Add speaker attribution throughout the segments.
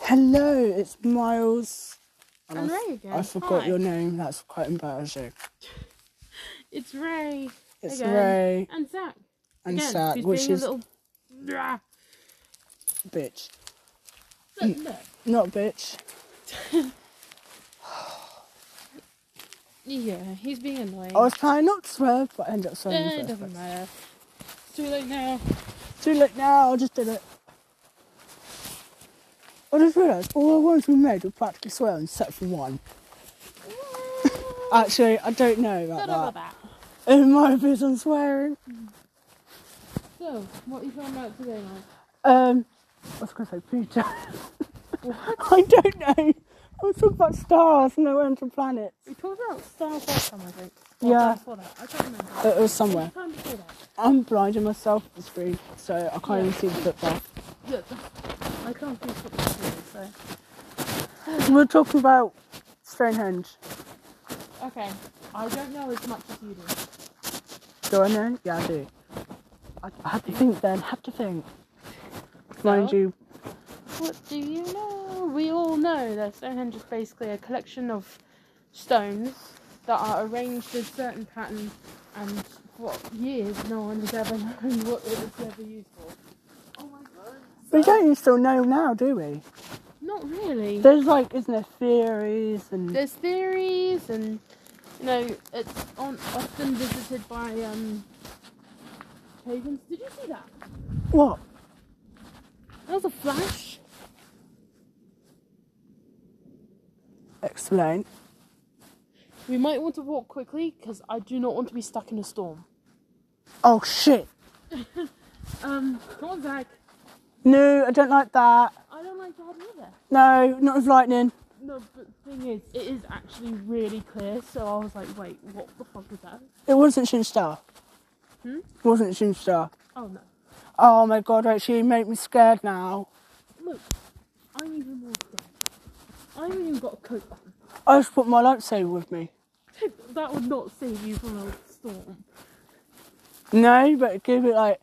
Speaker 1: Hello, it's Miles. And I,
Speaker 2: And
Speaker 1: f-
Speaker 2: Ray
Speaker 1: I
Speaker 2: again.
Speaker 1: forgot
Speaker 2: Hi.
Speaker 1: your name. That's quite embarrassing.
Speaker 2: It's Ray.
Speaker 1: It's
Speaker 2: again.
Speaker 1: Ray
Speaker 2: And Zach.
Speaker 1: and
Speaker 2: again,
Speaker 1: Zach,
Speaker 2: who's
Speaker 1: which
Speaker 2: being
Speaker 1: is
Speaker 2: a little. Rah.
Speaker 1: bitch.
Speaker 2: Look,
Speaker 1: Mm.
Speaker 2: look.
Speaker 1: Not bitch.
Speaker 2: Yeah, he's being annoying.
Speaker 1: I was trying not to swear, but I ended up
Speaker 2: Eh,
Speaker 1: swearing. in the
Speaker 2: it
Speaker 1: first place.
Speaker 2: doesn't matter. It's too late now.
Speaker 1: Too late now. I just did it. I just realised all the ones we made were practically swearing, except for one. Ah, Actually, I don't know
Speaker 2: Don't know
Speaker 1: about
Speaker 2: about
Speaker 1: that.
Speaker 2: that.
Speaker 1: It might be some swearing.
Speaker 2: So, what are you talking about today, Mike?
Speaker 1: Um, I was going to say Peter. I don't know. I was talking about stars and they went to planets.
Speaker 2: We talked about Star Wars last time, I think.
Speaker 1: Yeah.
Speaker 2: time Before that. I can't remember.
Speaker 1: It was somewhere.
Speaker 2: Time before that.
Speaker 1: I'm blinding myself at the screen, so I can't even
Speaker 2: Yeah.
Speaker 1: see the football.
Speaker 2: Yeah, that's- I can't think of it. So.
Speaker 1: We're talking about Stonehenge.
Speaker 2: Okay. I don't know as much as you do.
Speaker 1: Do I know? Yeah, I do. I, I have to think then, have to think. Mind
Speaker 2: So?
Speaker 1: you,
Speaker 2: What do you know? We all know that Stonehenge is basically a collection of stones that are arranged in certain patterns, and for years no one has ever known what it was ever used for. Oh my god.
Speaker 1: we don't still know now, do we?
Speaker 2: Not really.
Speaker 1: There's like, isn't there theories and
Speaker 2: There's theories, and you know, it's on, often visited by um, pagans. Did you see that?
Speaker 1: what?
Speaker 2: That was a flash.
Speaker 1: Explain.
Speaker 2: We might want to walk quickly because I do not want to be stuck in a storm.
Speaker 1: Oh shit!
Speaker 2: Um, come on, Zach.
Speaker 1: No, I don't like that.
Speaker 2: I don't like that either.
Speaker 1: No, not with lightning.
Speaker 2: No, but the thing is, it is actually really clear, so I was like, wait, what the fuck is that?
Speaker 1: It wasn't Shin Star.
Speaker 2: Hmm?
Speaker 1: It wasn't Shin Star.
Speaker 2: Oh no.
Speaker 1: Oh my god, Rachel, you make me scared now.
Speaker 2: Look, I'm even more scared. I haven't even got a coat on.
Speaker 1: I just put my lightsaber with me.
Speaker 2: that would not save you from a storm.
Speaker 1: No, but give it like,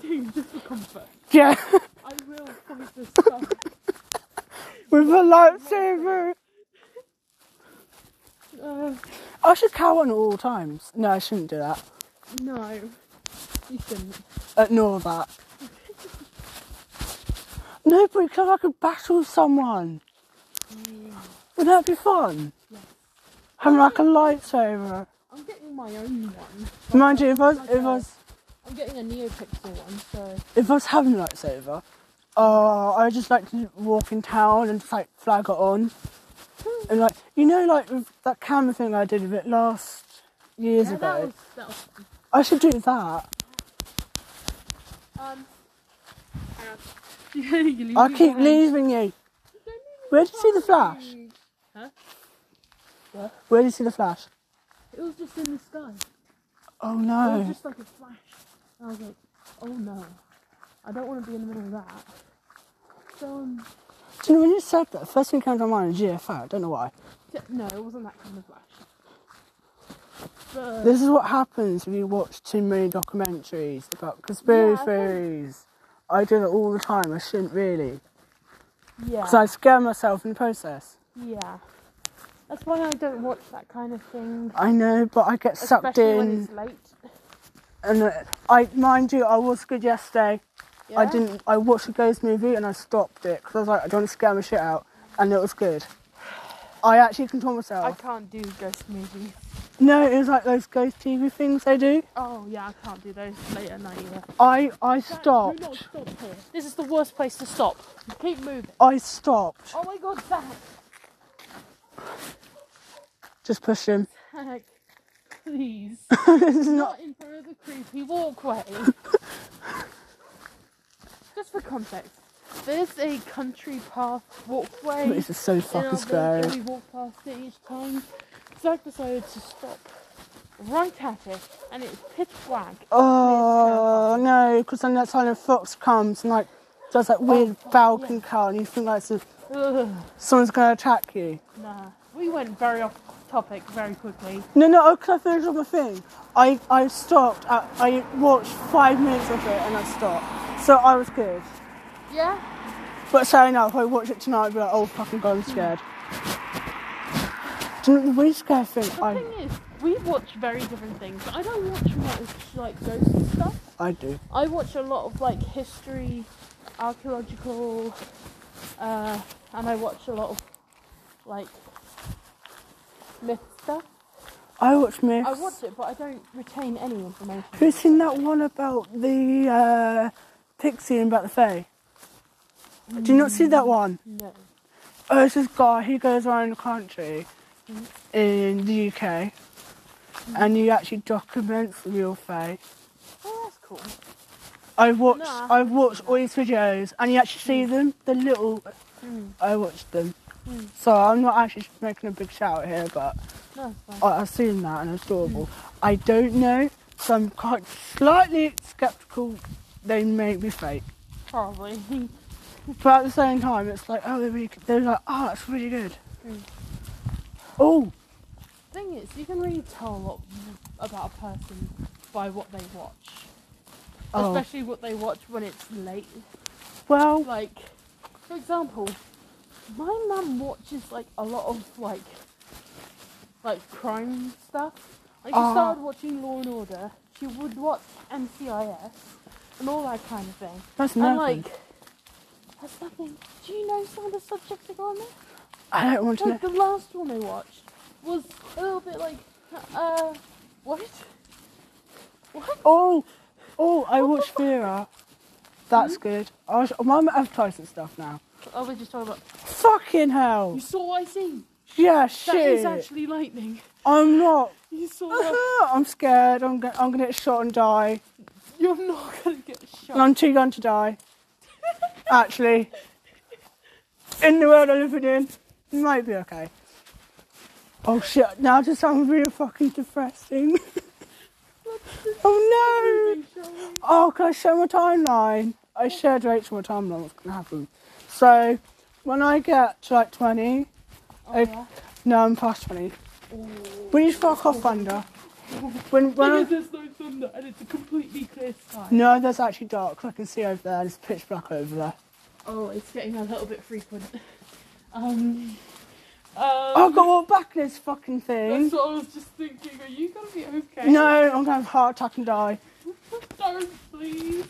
Speaker 2: Dude, just for comfort.
Speaker 1: yeah,
Speaker 2: I will fight this stuff.
Speaker 1: with a lightsaber.
Speaker 2: uh,
Speaker 1: I should carry one at all times. No, I shouldn't do that.
Speaker 2: no. You shouldn't.
Speaker 1: Ignore that. No, but because I could battle someone. Would that be fun? Having like a lightsaber.
Speaker 2: I'm getting my own one.
Speaker 1: Mind you, if I was, if I was,
Speaker 2: I'm getting a Neopixel one, so.
Speaker 1: if I was having a lightsaber, oh, I just like to walk in town and just like flag it on. And like, you know, like with that camera thing I did with it last years
Speaker 2: Yeah,
Speaker 1: ago.
Speaker 2: that was, that was fun.
Speaker 1: I should do that.
Speaker 2: Um. you leave
Speaker 1: I
Speaker 2: me
Speaker 1: keep
Speaker 2: behind.
Speaker 1: leaving you.
Speaker 2: Don't leave me
Speaker 1: Where did you see the flash?
Speaker 2: behind.
Speaker 1: Where do you see the flash?
Speaker 2: It was just in the sky.
Speaker 1: Oh
Speaker 2: It was
Speaker 1: no.
Speaker 2: just like a flash. And I was like, oh no. I don't want to be in the middle of that. So, um,
Speaker 1: Do you know when you said that? First thing came to my mind is GFO. I don't know why.
Speaker 2: t- no, it wasn't that kind of flash. But,
Speaker 1: This is what happens when you watch too many documentaries about conspiracy
Speaker 2: Yeah, I think-
Speaker 1: theories. I do that all the time. I shouldn't really,
Speaker 2: yeah.
Speaker 1: because I scare myself in the process.
Speaker 2: yeah. That's why I don't watch that kind of thing.
Speaker 1: I know, but I get sucked
Speaker 2: especially when
Speaker 1: in.
Speaker 2: it's late.
Speaker 1: And uh, I, mind you, I was good yesterday. I
Speaker 2: Yeah?
Speaker 1: didn't. I watched a ghost movie and I stopped it because I was like, I don't want to scare my shit out, and it was good. I actually control myself.
Speaker 2: I can't do ghost movies.
Speaker 1: No, it was like those ghost TV things they do.
Speaker 2: Oh, yeah, I can't do those late at night either.
Speaker 1: I I
Speaker 2: Zach, Do not
Speaker 1: stopped.
Speaker 2: stop here. This is the worst place to stop. Keep moving.
Speaker 1: I stopped.
Speaker 2: Oh my god, Zach!
Speaker 1: Just push him.
Speaker 2: Zach, please.
Speaker 1: this is not.
Speaker 2: not in front of the creepy walkway. Just for context, there's a country path walkway.
Speaker 1: This is so
Speaker 2: in our
Speaker 1: fucking
Speaker 2: village, and
Speaker 1: scary.
Speaker 2: We walk past it each time. Zach decided to stop right at it, and it's pitch black.
Speaker 1: Oh no, because then that silent fox comes and like does that weird falcon call, and you think like so-
Speaker 2: Ugh,
Speaker 1: someone's gonna attack you.
Speaker 2: nah. We went very off topic very quickly.
Speaker 1: No, no. Oh, can I finish up my thing? I I stopped. I, I watched five minutes of it and I stopped. So I was good.
Speaker 2: Yeah?
Speaker 1: But saying that, if I watch it tonight, I'd be like, oh fucking god, I'm scared. Do you know the really scary thing?
Speaker 2: The
Speaker 1: I,
Speaker 2: thing is, we watch very different things. I don't watch much like ghost stuff.
Speaker 1: I do.
Speaker 2: I watch a lot of like history, archaeological, uh, and I watch a lot of like myth stuff.
Speaker 1: I watch myths.
Speaker 2: I watch it, but I don't retain any information.
Speaker 1: Who's seen that one about the uh, pixie and about the fae? Do you not see that one?
Speaker 2: No.
Speaker 1: Oh, it's this guy. He goes around the country in the UK, and he actually documents real fae.
Speaker 2: Oh, that's cool.
Speaker 1: I watched.
Speaker 2: No, I
Speaker 1: I watched all these videos, and you actually see them. The little.
Speaker 2: Mm.
Speaker 1: I watched them.
Speaker 2: Mm.
Speaker 1: So I'm not actually making a big shout here, but
Speaker 2: No, that's fine.
Speaker 1: I, I've seen that and it's adorable. I don't know, so I'm quite slightly sceptical. They may be fake.
Speaker 2: Probably.
Speaker 1: But at the same time, it's like, oh, they're, really, they're like, oh, that's really good.
Speaker 2: Mm.
Speaker 1: Oh,
Speaker 2: Thing is, you can really tell a lot about a person by what they watch,
Speaker 1: Oh.
Speaker 2: especially what they watch when it's late.
Speaker 1: well,
Speaker 2: like for example my mum watches like a lot of like like crime stuff like she
Speaker 1: Ah.
Speaker 2: started watching law and order she would watch ncis and all that kind of thing
Speaker 1: that's
Speaker 2: and
Speaker 1: nothing.
Speaker 2: like that's nothing do you know some of the subjects that go on there
Speaker 1: I don't want to know.
Speaker 2: like the last one I watched was a little bit like uh what what
Speaker 1: Oh, oh, I watched Vera. That's
Speaker 2: Hmm?
Speaker 1: good. I was, my mum advertising stuff now.
Speaker 2: oh we're just talking about
Speaker 1: Fucking
Speaker 2: you
Speaker 1: hell.
Speaker 2: saw what I see
Speaker 1: Yeah,
Speaker 2: that is
Speaker 1: Oh. shit.
Speaker 2: actually lightning
Speaker 1: I'm not.
Speaker 2: you saw that
Speaker 1: I'm scared. I'm gonna, I'm gonna get shot and die.
Speaker 2: You're not gonna get
Speaker 1: And
Speaker 2: shot.
Speaker 1: I'm too young to die. Actually, in the world I'm living in, it might be okay. Oh shit! Now I just sound really fucking depressing. oh no! Oh, can I share my timeline? I shared Rachel my timeline. What's gonna happen? So, when I get to like 20,
Speaker 2: Oh, yeah.
Speaker 1: no, I'm past 20. When you fuck off thunder. When when I,
Speaker 2: Because there's no thunder and it's a completely clear sky.
Speaker 1: no, that's actually dark. 'cause I can see over there. It's pitch black over there.
Speaker 2: Oh, it's getting a little bit frequent. Um. um
Speaker 1: Oh, go all back in this fucking thing.
Speaker 2: That's what I was just thinking. Are you gonna be okay?
Speaker 1: No, I'm gonna have a heart attack and die.
Speaker 2: Don't please.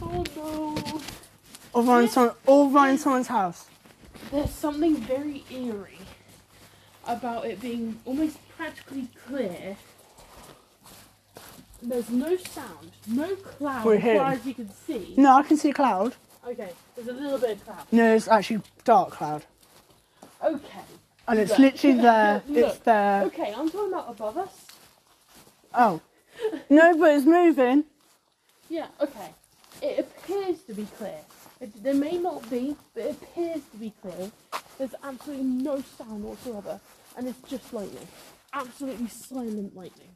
Speaker 2: Oh no.
Speaker 1: Or run, in some, or run in someone's house.
Speaker 2: There's something very eerie about it being almost practically clear. There's no sound, no cloud
Speaker 1: We're
Speaker 2: as far
Speaker 1: here.
Speaker 2: as you can see.
Speaker 1: No, I can see cloud.
Speaker 2: Okay, there's a little bit of cloud.
Speaker 1: No, it's actually dark cloud.
Speaker 2: Okay.
Speaker 1: And it's
Speaker 2: Look.
Speaker 1: literally there. It's
Speaker 2: Look.
Speaker 1: there.
Speaker 2: Okay, I'm talking about above us.
Speaker 1: Oh. No, but it's moving.
Speaker 2: Yeah, okay. It appears to be clear. It, there may not be, but it appears to be clear. There's absolutely no sound whatsoever, and it's just lightning. Absolutely silent lightning.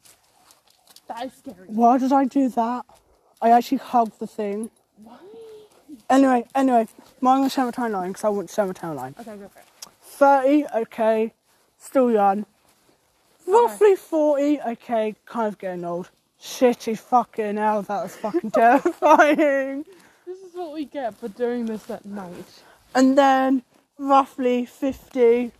Speaker 2: That is scary.
Speaker 1: Why did I do that? I actually hugged the thing.
Speaker 2: Why?
Speaker 1: Anyway, anyway, mine was Summer Town Line because I want Summer Town Line.
Speaker 2: Okay, go for
Speaker 1: 30,
Speaker 2: it.
Speaker 1: okay, still young. Roughly 40, okay, kind of getting old. Shitty fucking hell, that was fucking terrifying.
Speaker 2: This is what we get for doing this at night.
Speaker 1: And then roughly 50,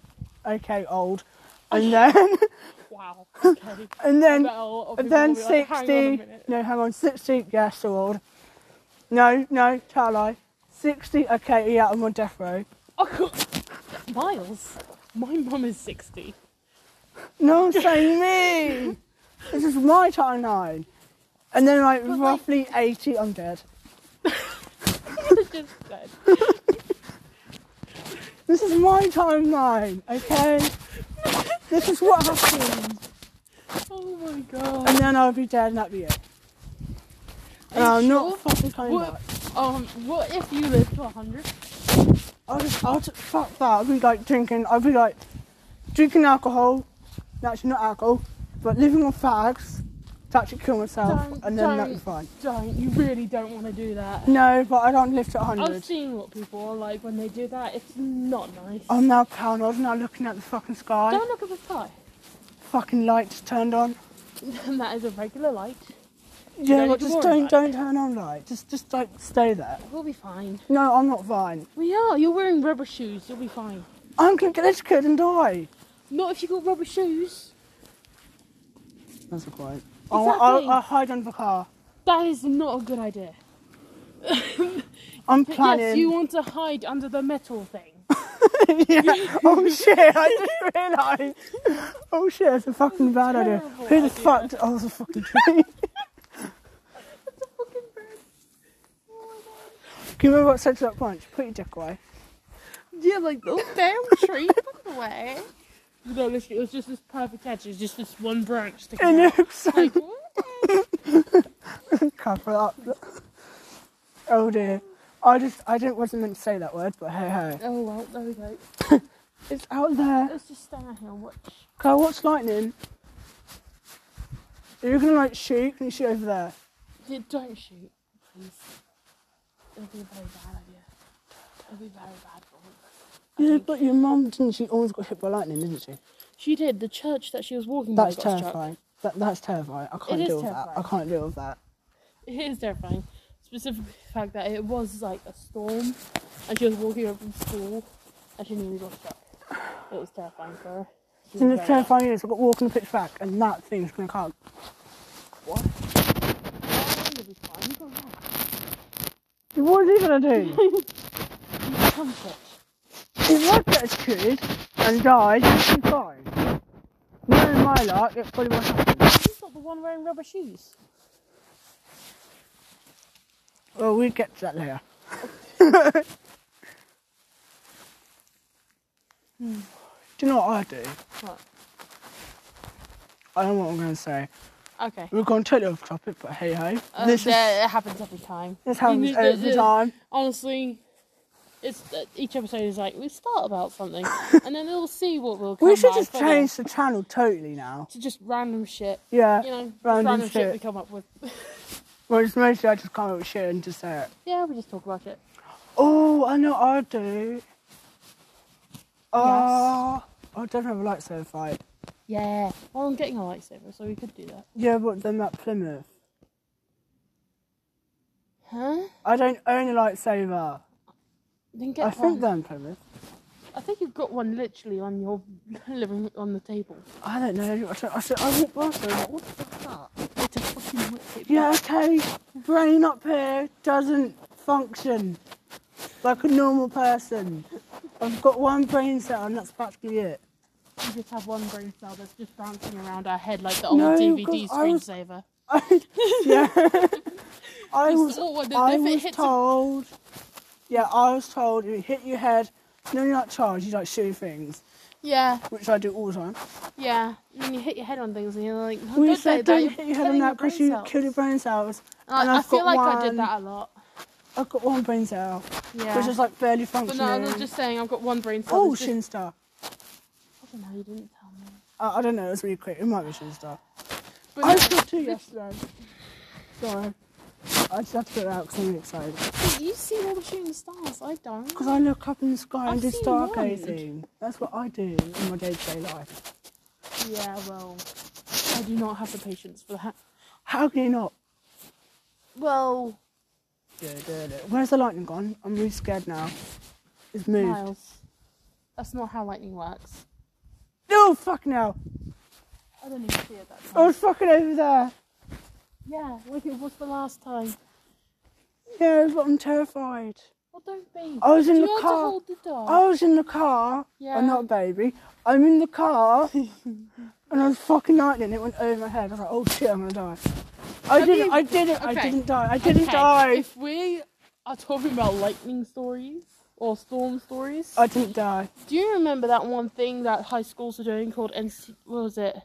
Speaker 1: okay, old. And then,
Speaker 2: Wow. Okay.
Speaker 1: and
Speaker 2: I
Speaker 1: then,
Speaker 2: bet a lot of
Speaker 1: and
Speaker 2: people
Speaker 1: then
Speaker 2: will be like,
Speaker 1: 60,
Speaker 2: "Hang on a minute."
Speaker 1: no, hang on, 60, yeah, still old. No, no, tell a lie. 60, okay, yeah, I'm on death row.
Speaker 2: Oh, God. Miles, my mum is 60.
Speaker 1: No, I'm saying me. This is my timeline. And then like
Speaker 2: like-
Speaker 1: roughly 80, I'm dead.
Speaker 2: It's just dead.
Speaker 1: This is my timeline, okay? this is what happens.
Speaker 2: Oh my god.
Speaker 1: And then I'll be dead and that'll be it. And
Speaker 2: Are
Speaker 1: I'm
Speaker 2: you
Speaker 1: not
Speaker 2: sure?
Speaker 1: fucking coming
Speaker 2: What,
Speaker 1: back.
Speaker 2: um, what if you live to 100?
Speaker 1: I'll just, I'll just, fuck that. I'll be like drinking, I'll be like drinking alcohol. No, Actually, not alcohol, but living on fags to actually kill myself
Speaker 2: Don't-
Speaker 1: and then
Speaker 2: don't.
Speaker 1: that'll be fine.
Speaker 2: Don't. You really don't want to do that.
Speaker 1: No, but I don't live to 100.
Speaker 2: I've seen what people are like when they do that. It's not nice.
Speaker 1: I'm now paranoid now looking at the fucking sky.
Speaker 2: Don't look at the sky.
Speaker 1: Fucking lights turned on.
Speaker 2: And that is a regular light. You
Speaker 1: Yeah,
Speaker 2: don't
Speaker 1: but
Speaker 2: need to
Speaker 1: just
Speaker 2: worry
Speaker 1: don't
Speaker 2: about
Speaker 1: don't turn on light. Just just like stay there.
Speaker 2: We'll be fine.
Speaker 1: No, I'm not fine.
Speaker 2: We are. You're wearing rubber shoes. You'll be fine.
Speaker 1: I'm gonna get educated and die.
Speaker 2: Not if you got rubber shoes.
Speaker 1: That's the point. I'll, I'll,
Speaker 2: Exactly.
Speaker 1: I'll hide under the car.
Speaker 2: That is not a good idea.
Speaker 1: I'm
Speaker 2: But
Speaker 1: planning.
Speaker 2: yes, you want to hide under the metal thing.
Speaker 1: yeah. Oh shit! I didn't realise. Oh shit! It's a fucking bad idea.
Speaker 2: terrible
Speaker 1: Who the
Speaker 2: idea.
Speaker 1: fuck? Oh, it's a fucking tree.
Speaker 2: That's a fucking Oh bird.
Speaker 1: Can you remember what said to that punch? Put your dick away.
Speaker 2: Yeah, like those damn tree away. No, literally, it was just this perfect edge. It was just this one branch sticking
Speaker 1: And
Speaker 2: out.
Speaker 1: it was
Speaker 2: Like,
Speaker 1: cover up. Oh dear. I just I didn't wasn't meant to say that word, but hey hey.
Speaker 2: oh well, there we go.
Speaker 1: It's out there.
Speaker 2: Let's just stand out here and watch.
Speaker 1: Can I watch lightning? Are you gonna like shoot? Can you shoot over there?
Speaker 2: Yeah, don't shoot, please. It'll be a very bad idea. It'll be very bad for all of us.
Speaker 1: Yeah, but your mum didn't she almost got hit by lightning, didn't she?
Speaker 2: She did. The church that she was walking
Speaker 1: That's
Speaker 2: by got struck.
Speaker 1: terrifying. That, that's terrifying. I can't
Speaker 2: is
Speaker 1: deal with that. I
Speaker 2: terrifying.
Speaker 1: can't deal with that.
Speaker 2: It is terrifying. Specifically the fact that it was like a storm and she was walking home from school and she nearly got struck. It was terrifying for her. She
Speaker 1: And
Speaker 2: was
Speaker 1: the
Speaker 2: very upset.
Speaker 1: terrifying is I've got walking the pitch back and that thing's gonna come.
Speaker 2: What? Oh, you'll be fine. You'll be alright.
Speaker 1: What is he gonna do?
Speaker 2: You can come to it.
Speaker 1: if I get executed and died, he'd be fine. Knowing my luck, it probably won't happen.
Speaker 2: She's not the one wearing rubber shoes.
Speaker 1: Well, we get to that later. do you know what I do?
Speaker 2: What?
Speaker 1: I don't know what I'm going to say.
Speaker 2: Okay.
Speaker 1: We're going totally off topic, but hey ho.
Speaker 2: Uh,
Speaker 1: this, is,
Speaker 2: yeah, it happens every time.
Speaker 1: this happens
Speaker 2: This- this-
Speaker 1: every
Speaker 2: this-
Speaker 1: time.
Speaker 2: Honestly, it's uh, each episode is like we start about something, and then we'll see what we'll. Come
Speaker 1: We should
Speaker 2: by
Speaker 1: just
Speaker 2: for
Speaker 1: change the channel totally now.
Speaker 2: the- to just random shit.
Speaker 1: Yeah.
Speaker 2: You know, just
Speaker 1: Random
Speaker 2: random, shit.
Speaker 1: shit.
Speaker 2: we come up with.
Speaker 1: Well, it's mostly I just come up with shit and just say it.
Speaker 2: yeah, we just talk about it.
Speaker 1: Oh, I know what I do. Uh, I don't have a lightsaber fight.
Speaker 2: Yeah. Well, I'm getting a lightsaber, so we could do that.
Speaker 1: Yeah, but then that Plymouth.
Speaker 2: Huh?
Speaker 1: I don't own a lightsaber.
Speaker 2: Then get
Speaker 1: I
Speaker 2: one.
Speaker 1: think they're in Plymouth.
Speaker 2: I think you've got one literally on your living on the table.
Speaker 1: I don't know. I, don't, I, said- I walked past them. What the fuck?
Speaker 2: It's a fucking lightsaber.
Speaker 1: Yeah, okay. Brain up here doesn't function like a normal person. I've got one brain cell and that's practically it.
Speaker 2: You just have one brain cell that's just bouncing around our head like the old
Speaker 1: No,
Speaker 2: DVD
Speaker 1: 'cause I was-
Speaker 2: screensaver.
Speaker 1: yeah. I
Speaker 2: Just
Speaker 1: was,
Speaker 2: all one- if
Speaker 1: I
Speaker 2: it
Speaker 1: was
Speaker 2: hits a-
Speaker 1: told. Yeah, I was told if you hit your head, no, you're not charged, you like shoot things,
Speaker 2: Yeah,
Speaker 1: which I do all the time.
Speaker 2: yeah. And then you hit your head on things and you're like, no,
Speaker 1: we
Speaker 2: don't
Speaker 1: said
Speaker 2: do that,
Speaker 1: don't
Speaker 2: you're
Speaker 1: hit your head
Speaker 2: killing
Speaker 1: on
Speaker 2: your
Speaker 1: that because
Speaker 2: brain
Speaker 1: you
Speaker 2: cells."
Speaker 1: kill your brain cells.
Speaker 2: And I-
Speaker 1: and
Speaker 2: I
Speaker 1: I've
Speaker 2: feel
Speaker 1: got
Speaker 2: like I did
Speaker 1: one.
Speaker 2: that a lot.
Speaker 1: I've got one brain cell,
Speaker 2: Yeah.
Speaker 1: which is like barely
Speaker 2: but
Speaker 1: functioning.
Speaker 2: no, I was just saying I've got one brain cell.
Speaker 1: oh,
Speaker 2: that's just-
Speaker 1: Shinstar.
Speaker 2: I don't know, you didn't tell me.
Speaker 1: Uh, I don't know, it's really quick. It might be Shinstar.
Speaker 2: But
Speaker 1: I
Speaker 2: no,
Speaker 1: saw two yesterday. Sorry. I just have to put it out because I'm really excited.
Speaker 2: you- you see all the shooting stars, I don't.
Speaker 1: Because I look up in the sky and
Speaker 2: I've
Speaker 1: do
Speaker 2: seen
Speaker 1: stargazing. That's what I do in my day to day life.
Speaker 2: Yeah, well, I do not have the patience for that.
Speaker 1: How can you not?
Speaker 2: Well,
Speaker 1: Do, do, do. Where's the lightning gone? I'm really scared now. It's moved.
Speaker 2: Miles, that's not how lightning works.
Speaker 1: No, fuck now.
Speaker 2: I don't even see it that time.
Speaker 1: Oh, I was fucking over there.
Speaker 2: Yeah, like it was the last time.
Speaker 1: Yeah, but I'm terrified.
Speaker 2: Well, don't be.
Speaker 1: I was in
Speaker 2: Do you
Speaker 1: the
Speaker 2: want
Speaker 1: car.
Speaker 2: to hold the dog?
Speaker 1: I was in the car.
Speaker 2: Yeah.
Speaker 1: I'm not a baby. I'm in the car, and I was fucking lightning. It went over my head. I was like, "Oh shit, I'm gonna die." I
Speaker 2: Have
Speaker 1: didn't.
Speaker 2: you-
Speaker 1: I didn't. I
Speaker 2: okay.
Speaker 1: didn't die. I didn't
Speaker 2: Okay,
Speaker 1: die.
Speaker 2: If we are talking about lightning stories or storm stories,
Speaker 1: I didn't die.
Speaker 2: do you remember that one thing that high schools are doing called NC? What was it?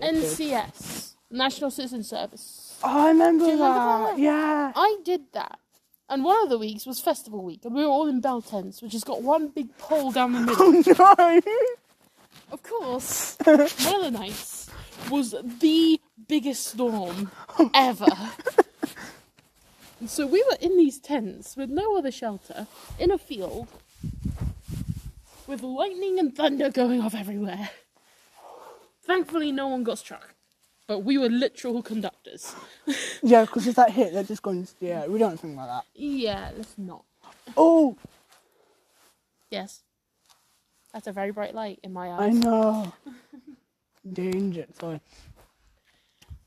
Speaker 2: NCS, National Citizen Service.
Speaker 1: Oh, I remember that.
Speaker 2: Do you remember that?
Speaker 1: Yeah.
Speaker 2: I did that. And one of the weeks was festival week, and we were all in bell tents, which has got one big pole down the middle.
Speaker 1: Oh
Speaker 2: Of course, one of the nights was the biggest storm ever. And so we were in these tents with no other shelter in a field with lightning and thunder going off everywhere. Thankfully, no one got struck, but we were literal conductors.
Speaker 1: Yeah, because if that hit, they're just going. Yeah, we don't think like that.
Speaker 2: Yeah, let's not.
Speaker 1: Oh,
Speaker 2: Yes. That's a very bright light in my
Speaker 1: I
Speaker 2: eyes.
Speaker 1: know. Danger. Sorry.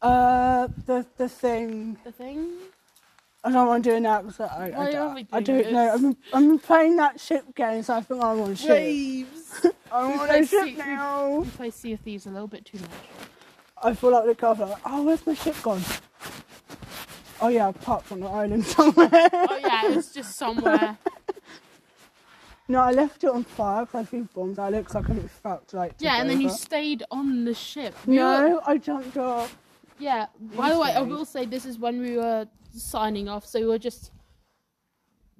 Speaker 1: Uh, the the thing.
Speaker 2: The thing?
Speaker 1: I don't want to do it now because I, I,
Speaker 2: Why
Speaker 1: I,
Speaker 2: are we
Speaker 1: I
Speaker 2: doing
Speaker 1: don't know.
Speaker 2: this?
Speaker 1: I've been, I've been playing that ship game, so I think I want to ship.
Speaker 2: Waves!
Speaker 1: I
Speaker 2: We
Speaker 1: want
Speaker 2: play
Speaker 1: to ship
Speaker 2: Sea-
Speaker 1: now.
Speaker 2: we play Sea of Thieves a little bit too much.
Speaker 1: I pull out the cover. Like, oh, where's my ship gone? Oh yeah, parked on the island somewhere.
Speaker 2: Oh, yeah, it's just somewhere.
Speaker 1: no, I left it on fire because I threw bombs. I looked like I was fucked. Like took
Speaker 2: yeah, and then you
Speaker 1: over.
Speaker 2: stayed on the ship. We were-
Speaker 1: No, I jumped off.
Speaker 2: Yeah. By the way, I
Speaker 1: Inside.
Speaker 2: will say this is when we were signing off, so we were just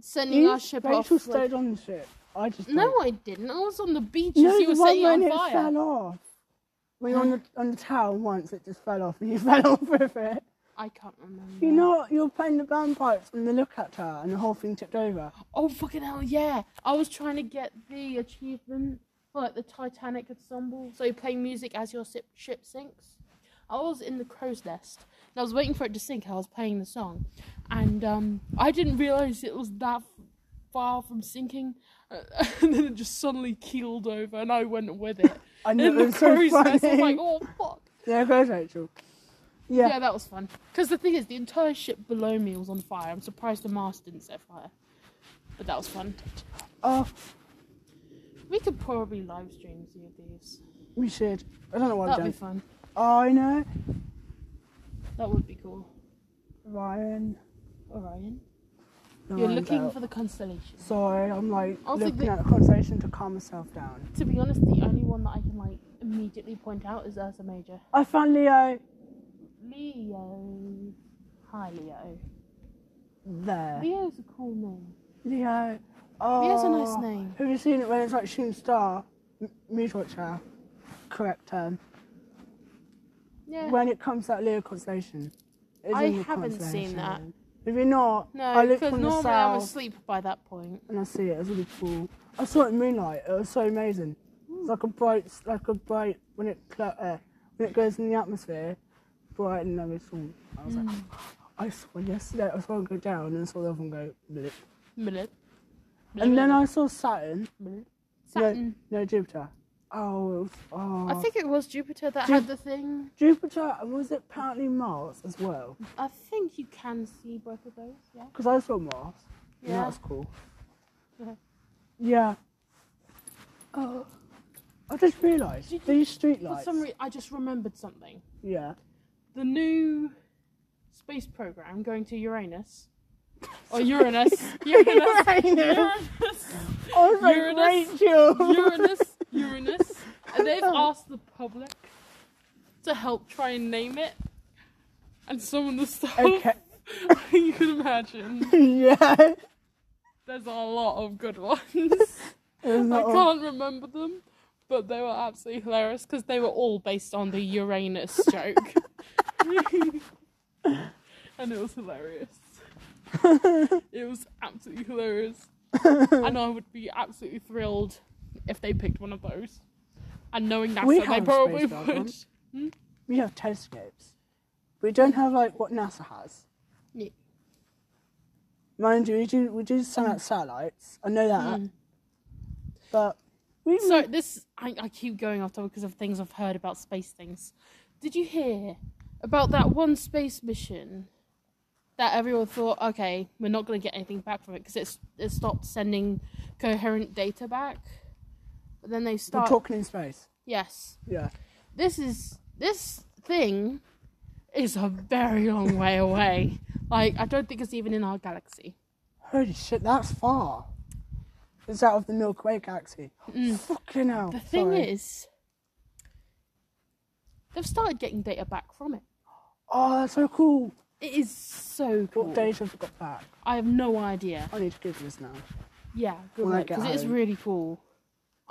Speaker 2: sending
Speaker 1: You-
Speaker 2: our ship
Speaker 1: Rachel
Speaker 2: off. like-
Speaker 1: stayed on the ship. I just
Speaker 2: No,
Speaker 1: went-
Speaker 2: I didn't. I was on the beach
Speaker 1: no.
Speaker 2: as you
Speaker 1: the
Speaker 2: were
Speaker 1: one
Speaker 2: setting it
Speaker 1: when
Speaker 2: on
Speaker 1: it
Speaker 2: fire.
Speaker 1: fell off. We were on the on the tower once. It just fell off, and you fell off with it.
Speaker 2: I can't remember.
Speaker 1: You know, what? you're playing the bagpipes on the lookout tower, and the whole thing tipped over.
Speaker 2: Oh fucking hell! Yeah, I was trying to get the achievement for like the Titanic ensemble. So you play music as your ship, ship sinks. I was in the crow's nest. And I was waiting for it to sink. I was playing the song, and um, I didn't realize it was that far from sinking. Uh, and then it just suddenly keeled over, and I went with it.
Speaker 1: I know
Speaker 2: in
Speaker 1: it
Speaker 2: the
Speaker 1: was so
Speaker 2: crow's nest, I was
Speaker 1: funny.
Speaker 2: like, oh fuck.
Speaker 1: There goes Rachel.
Speaker 2: Yeah,
Speaker 1: Yeah,
Speaker 2: that was fun. Because the thing is, the entire ship below me was on fire. I'm surprised the mast didn't set fire. But that was fun.
Speaker 1: oh,
Speaker 2: We could probably live stream Sea of Thieves.
Speaker 1: we should. I don't know what
Speaker 2: That'd be
Speaker 1: I'm doing. Oh,
Speaker 2: fun.
Speaker 1: I know.
Speaker 2: That would be cool.
Speaker 1: Ryan.
Speaker 2: Orion.
Speaker 1: No,
Speaker 2: You're
Speaker 1: I'm
Speaker 2: looking
Speaker 1: out.
Speaker 2: for the constellation.
Speaker 1: Sorry, I'm like
Speaker 2: I'll think
Speaker 1: looking
Speaker 2: that-
Speaker 1: at the conversation to calm myself down.
Speaker 2: To be honest, the only one that I can like immediately point out is Ursa Major.
Speaker 1: I found Leo
Speaker 2: Leo. Hi Leo.
Speaker 1: there.
Speaker 2: Leo's a cool name.
Speaker 1: Leo. Oh,
Speaker 2: Leo's a nice name.
Speaker 1: Have you seen it when it's like shooting star? M- meteorite shower. Correct term.
Speaker 2: Yeah.
Speaker 1: When it comes to that Leo constellation. It's
Speaker 2: I
Speaker 1: in the
Speaker 2: haven't seen that.
Speaker 1: constellation. If you're not, I
Speaker 2: no,
Speaker 1: looked
Speaker 2: because
Speaker 1: on the
Speaker 2: normally I'm
Speaker 1: south
Speaker 2: asleep by that point.
Speaker 1: and I see it. It's really cool. I saw it in moonlight. It was so amazing. It's like a bright, it's like a bright when it cl- uh, when it goes in the atmosphere, bright and then it's all. I was
Speaker 2: Mm.
Speaker 1: like, I saw one yesterday. I saw one go down and saw the other one go. blip.
Speaker 2: Minute.
Speaker 1: And then I saw Saturn.
Speaker 2: Saturn.
Speaker 1: No, no Jupiter. Oh, it was, oh.
Speaker 2: I think it was Jupiter that
Speaker 1: Ju-
Speaker 2: had the thing.
Speaker 1: Jupiter and was it apparently Mars as well?
Speaker 2: I think you can see both of those. Yeah.
Speaker 1: Because I saw Mars. Yeah.
Speaker 2: Yeah.
Speaker 1: That's cool.
Speaker 2: Yeah.
Speaker 1: Yeah. Oh. I just realised
Speaker 2: Did
Speaker 1: these street
Speaker 2: For
Speaker 1: lights.
Speaker 2: some reason, I just remembered something.
Speaker 1: yeah.
Speaker 2: the new space program going to Uranus. Or Uranus. Uranus.
Speaker 1: Uranus.
Speaker 2: Uranus.
Speaker 1: I was like,
Speaker 2: Uranus.
Speaker 1: Rachel.
Speaker 2: Uranus. Uranus. And they've asked the public to help try and name it. And some of the stuff
Speaker 1: Okay.
Speaker 2: you can imagine.
Speaker 1: yeah.
Speaker 2: There's a lot of good ones.
Speaker 1: There's
Speaker 2: I
Speaker 1: not a-
Speaker 2: can't remember them, but they were absolutely hilarious because they were all based on the Uranus joke. and it was hilarious. it was absolutely hilarious. and I would be absolutely thrilled if they picked one of those. And knowing that,
Speaker 1: We
Speaker 2: they
Speaker 1: have a
Speaker 2: probably
Speaker 1: space program.
Speaker 2: would.
Speaker 1: We have telescopes. We don't have like what NASA has.
Speaker 2: Yeah.
Speaker 1: Mind you, we do we do
Speaker 2: Mm.
Speaker 1: send out satellites. I know that, but we
Speaker 2: So this, I, I keep going off topic because of things I've heard about space things. Did you hear about that one space mission that everyone thought, okay, we're not going to get anything back from it because it's it stopped sending coherent data back. But then they
Speaker 1: we're
Speaker 2: start.
Speaker 1: talking in space.
Speaker 2: yes,
Speaker 1: Yeah.
Speaker 2: this is this thing is a very long way away. Like I don't think it's even in our galaxy.
Speaker 1: Holy shit, that's far. It's out of the Milky Way galaxy. Fucking hell.
Speaker 2: Mm. The thing
Speaker 1: sorry.
Speaker 2: is, they've started getting data back from it.
Speaker 1: oh, that's so cool.
Speaker 2: It is so cool.
Speaker 1: What data have we got back?
Speaker 2: I have no idea.
Speaker 1: I need to Google this now.
Speaker 2: Yeah, good
Speaker 1: When I get
Speaker 2: because it is
Speaker 1: home.
Speaker 2: really cool.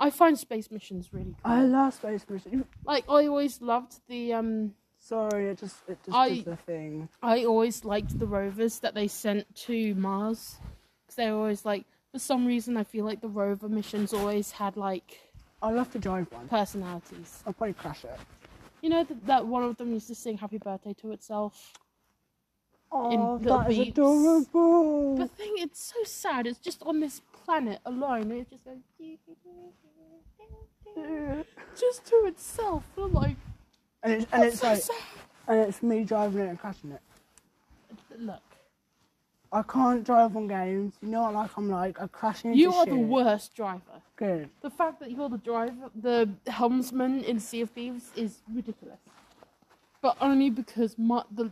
Speaker 2: I find space missions really cool.
Speaker 1: I love space mission.
Speaker 2: like I always loved the um
Speaker 1: Sorry, it just it just
Speaker 2: I-
Speaker 1: did the thing.
Speaker 2: I always liked the rovers that they sent to Mars because they were always like for some reason I feel like the rover missions always had like
Speaker 1: I love to drive one.
Speaker 2: personalities.
Speaker 1: I'll probably crash it.
Speaker 2: You know th- that one of them used to sing "Happy Birthday" to itself.
Speaker 1: Oh,
Speaker 2: little
Speaker 1: that is
Speaker 2: beats.
Speaker 1: adorable.
Speaker 2: But thing, it's so sad. It's just on this planet alone. and It just goes just to itself. And I'm like,
Speaker 1: and it's and
Speaker 2: that's
Speaker 1: it's
Speaker 2: so
Speaker 1: like
Speaker 2: sad.
Speaker 1: and it's me driving it and crashing it.
Speaker 2: Look,
Speaker 1: I can't drive on games. You know what? Like I'm like I crash into
Speaker 2: you are the
Speaker 1: shit.
Speaker 2: worst driver.
Speaker 1: Good.
Speaker 2: The fact that you're the driver, the helmsman in Sea of Thieves, is ridiculous. But only because my, the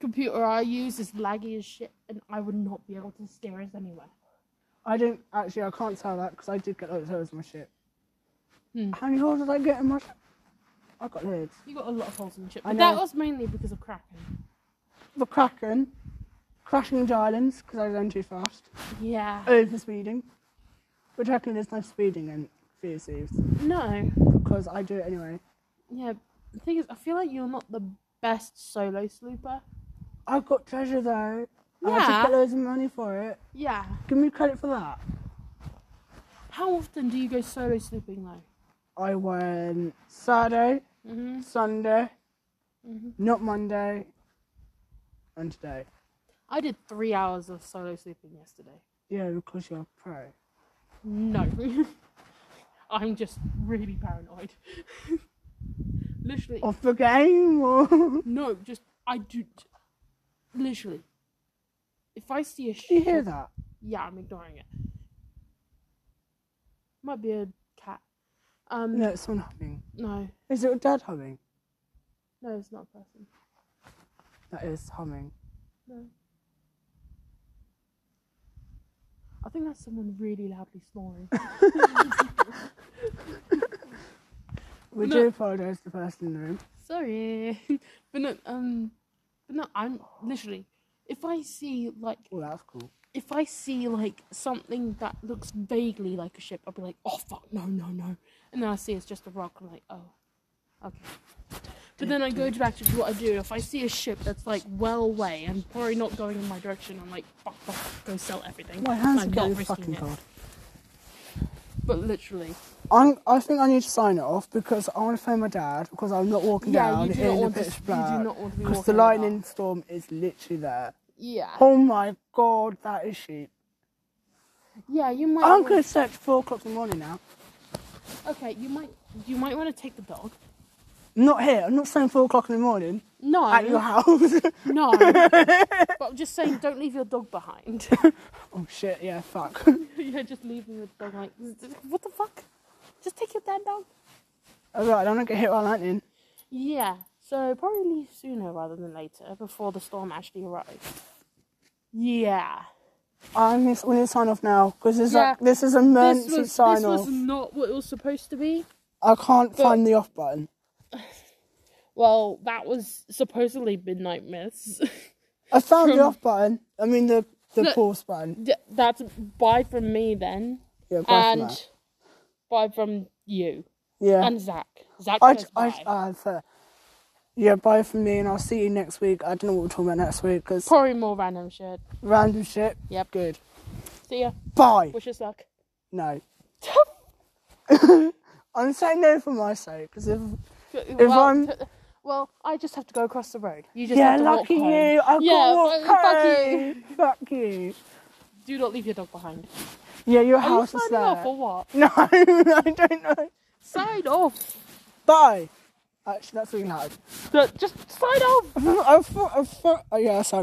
Speaker 2: computer I use is laggy as shit, and I would not be able to steer us anywhere.
Speaker 1: I didn't actually. I can't tell that because I did get loads of holes in my shit.
Speaker 2: Hmm.
Speaker 1: How many holes did I get in my? shit? I got loads.
Speaker 2: You got a lot of holes in the ship,
Speaker 1: I
Speaker 2: but that
Speaker 1: know.
Speaker 2: was mainly because of Kraken.
Speaker 1: The Kraken, crashing into islands because I was going too fast.
Speaker 2: Yeah.
Speaker 1: Over speeding, which actually there's no speeding in Fear Thieves
Speaker 2: No.
Speaker 1: because I do it anyway.
Speaker 2: Yeah. The thing is, I feel like you're not the best solo slooper.
Speaker 1: I got treasure though. I had
Speaker 2: Yeah.
Speaker 1: to put loads of money for it.
Speaker 2: Yeah.
Speaker 1: Give me credit for that.
Speaker 2: How often do you go solo slooping though?
Speaker 1: I went Saturday,
Speaker 2: Mm-hmm.
Speaker 1: Sunday,
Speaker 2: hmm
Speaker 1: not Monday, and today.
Speaker 2: I did three hours of solo sleeping yesterday.
Speaker 1: Yeah, because you're a pro.
Speaker 2: No. I'm just really paranoid. literally.
Speaker 1: Off the game or
Speaker 2: No, just, I do. Literally. If I see a ship.
Speaker 1: Do you hear that?
Speaker 2: Yeah, I'm ignoring it. Might be a cat. Um,
Speaker 1: No, it's someone humming.
Speaker 2: no,
Speaker 1: Is it a dad humming?
Speaker 2: no, it's not a person.
Speaker 1: That is humming.
Speaker 2: No. I think that's someone really loudly snoring.
Speaker 1: We
Speaker 2: No.
Speaker 1: do apologise to the person in the room.
Speaker 2: Sorry, but no, um, but no, I'm literally. If I see like,
Speaker 1: Oh, that's cool.
Speaker 2: if I see like something that looks vaguely like a ship, I'll be like, oh fuck, no, no, no, and then I see it's just a rock. I'm like, oh, okay. But then I go back to what I do. If I see a ship that's like well away and probably not going in my direction, I'm like, fuck, fuck, go sell everything.
Speaker 1: My hands are
Speaker 2: I'm
Speaker 1: getting
Speaker 2: not risking
Speaker 1: fucking
Speaker 2: it.
Speaker 1: cold.
Speaker 2: But literally,
Speaker 1: I'm, I think I need to sign it off because I want to phone my dad because I'm not walking
Speaker 2: Yeah,
Speaker 1: down
Speaker 2: you do not
Speaker 1: in the
Speaker 2: want to-
Speaker 1: pitch
Speaker 2: you do
Speaker 1: black.
Speaker 2: not want to be
Speaker 1: Because the
Speaker 2: walking in the dark.
Speaker 1: lightning storm is literally there.
Speaker 2: yeah,
Speaker 1: Oh my god, that is sheep.
Speaker 2: yeah, you might.
Speaker 1: I'm
Speaker 2: want-
Speaker 1: going to set four o'clock in the morning now.
Speaker 2: Okay, you might, you might want to take the dog.
Speaker 1: Not here. I'm not saying four o'clock in the morning
Speaker 2: No,
Speaker 1: at your house.
Speaker 2: No. but I'm just saying, don't leave your dog behind.
Speaker 1: oh shit. Yeah. Fuck.
Speaker 2: yeah, just leaving the dog like, what the fuck? Just take your damn dog.
Speaker 1: All right. I don't want to get hit by lightning.
Speaker 2: Yeah, so probably leave sooner rather than later before the storm actually arrives. Yeah.
Speaker 1: I'm going to sign off now because this, is
Speaker 2: Yeah.
Speaker 1: like, this is emergency
Speaker 2: this was,
Speaker 1: sign
Speaker 2: this
Speaker 1: off.
Speaker 2: was not what it was supposed to be.
Speaker 1: I can't
Speaker 2: but-
Speaker 1: find the off button.
Speaker 2: Well, that was supposedly Midnight Myths.
Speaker 1: I found the off button. I mean the the
Speaker 2: Look.
Speaker 1: pause button.
Speaker 2: D- That's bye from me then.
Speaker 1: Yeah. bye for now.
Speaker 2: And bye from you.
Speaker 1: yeah.
Speaker 2: And Zach. Zach
Speaker 1: I,
Speaker 2: says
Speaker 1: I,
Speaker 2: bye.
Speaker 1: uh, fair. yeah, bye from me, and I'll see you next week. I don't know what we're talking about next week because
Speaker 2: Probably more random shit.
Speaker 1: random shit.
Speaker 2: Yep.
Speaker 1: Good.
Speaker 2: See ya.
Speaker 1: Bye.
Speaker 2: Wish us luck.
Speaker 1: No. I'm saying no for my sake because if
Speaker 2: well,
Speaker 1: I'm-
Speaker 2: t- well, I just have to go across the road. You just
Speaker 1: yeah,
Speaker 2: have to walk
Speaker 1: lucky
Speaker 2: home.
Speaker 1: you. I've
Speaker 2: yeah,
Speaker 1: got walk
Speaker 2: fuck- fuck you.
Speaker 1: home. Fuck you.
Speaker 2: Do not leave your dog behind.
Speaker 1: Yeah, your
Speaker 2: Are you
Speaker 1: house is
Speaker 2: signing
Speaker 1: Oh, there.
Speaker 2: off or what?
Speaker 1: No, I don't know.
Speaker 2: Sign off.
Speaker 1: Bye. Actually, that's really loud.
Speaker 2: Just sign off.
Speaker 1: I thought, I thought, oh yeah, sorry.